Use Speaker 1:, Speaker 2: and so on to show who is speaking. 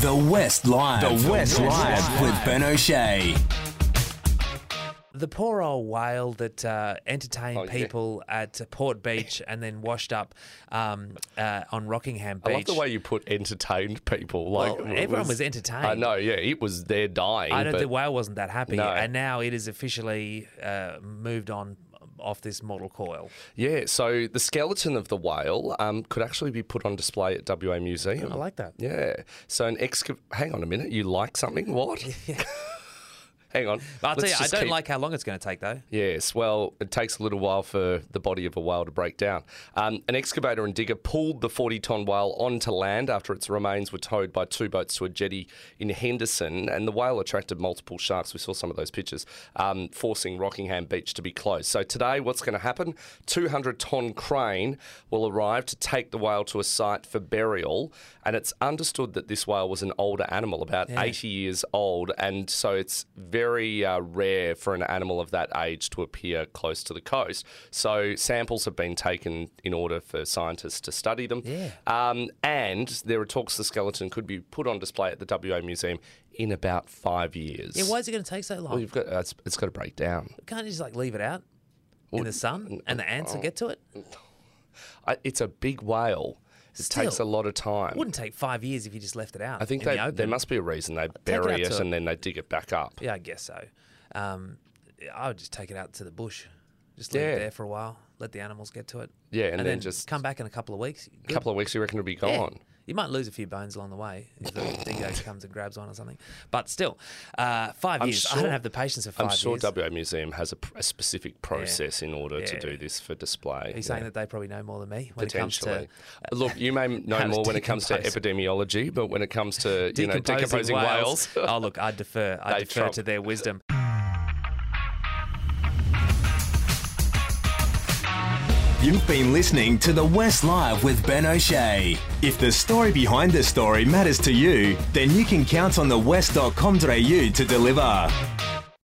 Speaker 1: The West Live.
Speaker 2: The West Live.
Speaker 1: with Ben O'Shea.
Speaker 3: The poor old whale that uh, entertained
Speaker 2: Oh, yeah.
Speaker 3: people at Port Beach and then washed up um, uh, on Rockingham Beach.
Speaker 2: I love the way you put entertained people. Like
Speaker 3: Well,
Speaker 2: it
Speaker 3: everyone was entertained.
Speaker 2: I know, yeah, it was their dying.
Speaker 3: I know
Speaker 2: but
Speaker 3: the whale wasn't that happy,
Speaker 2: No.
Speaker 3: and now it is officially uh, moved on um, off this mortal coil.
Speaker 2: yeah, so the skeleton of the whale um, could actually be put on display at WA Museum.
Speaker 3: like that.
Speaker 2: Yeah. So an exca Hang on a minute. You like something? What? Hang on.
Speaker 3: But I'll
Speaker 2: Let's
Speaker 3: tell you, I
Speaker 2: just
Speaker 3: don't
Speaker 2: keep-
Speaker 3: like how long it's going to take though.
Speaker 2: Yes, well, it takes a little while for the body of a whale to break down. Um, an excavator and digger pulled the 40 ton whale onto land after its remains were towed by two boats to a jetty in Henderson, and the whale attracted multiple sharks. We saw some of those pictures, um, forcing Rockingham Beach to be closed. So, today, what's going to happen? 200 ton crane will arrive to take the whale to a site for burial, and it's understood that this whale was an older animal, about 80 years old, and so it's very uh, rare for an animal of that age to appear close to the coast. So samples have been taken in order for scientists to study them.
Speaker 3: Yeah.
Speaker 2: Um, and there are talks the skeleton could be put on display at the WA Museum in about five years.
Speaker 3: Yeah, why is it going to take so long?
Speaker 2: Well, you've got uh, it's, it's got to break down.
Speaker 3: Can't you just like leave it out in the sun and the
Speaker 2: oh.
Speaker 3: ants will get to it?
Speaker 2: I, it's a big whale. It takes a
Speaker 3: Still,
Speaker 2: lot of time.
Speaker 3: Wouldn't take five years if you just left it out.
Speaker 2: I think
Speaker 3: in
Speaker 2: they,
Speaker 3: the open.
Speaker 2: there must be a reason they
Speaker 3: it
Speaker 2: bury
Speaker 3: out
Speaker 2: it,
Speaker 3: to-
Speaker 2: and then they dig it back up.
Speaker 3: Yeah, I guess so. Um, I would just take it out to the bush, just leave
Speaker 2: Yeah.
Speaker 3: it there for a while, let the animals get to it.
Speaker 2: Yeah, and then just-
Speaker 3: come back in a couple of weeks.
Speaker 2: A couple of weeks, you reckon it'll be gone.
Speaker 3: You might lose a few bones along the way if the dingo comes and grabs one or something. But still, uh, 5 years. I
Speaker 2: sure-
Speaker 3: don't have the patience of 5
Speaker 2: I'm sure
Speaker 3: years.
Speaker 2: WA Museum has a, pr- a specific process in order to
Speaker 3: Yeah.
Speaker 2: do this for display.
Speaker 3: Are you saying that they probably know more than me when it comes to
Speaker 2: Potentially. Look, you
Speaker 3: how
Speaker 2: may know
Speaker 3: to
Speaker 2: more when it comes to
Speaker 3: decompose-
Speaker 2: epidemiology, but when it comes to you know
Speaker 3: decomposing
Speaker 2: decomposing whales,
Speaker 3: oh look, I defer. I
Speaker 2: They
Speaker 3: defer
Speaker 2: trump.
Speaker 3: to their wisdom.
Speaker 1: You've been listening to The West Live with Ben O'Shea. If the story behind the story matters to you, then you can count on the west.com.au to deliver.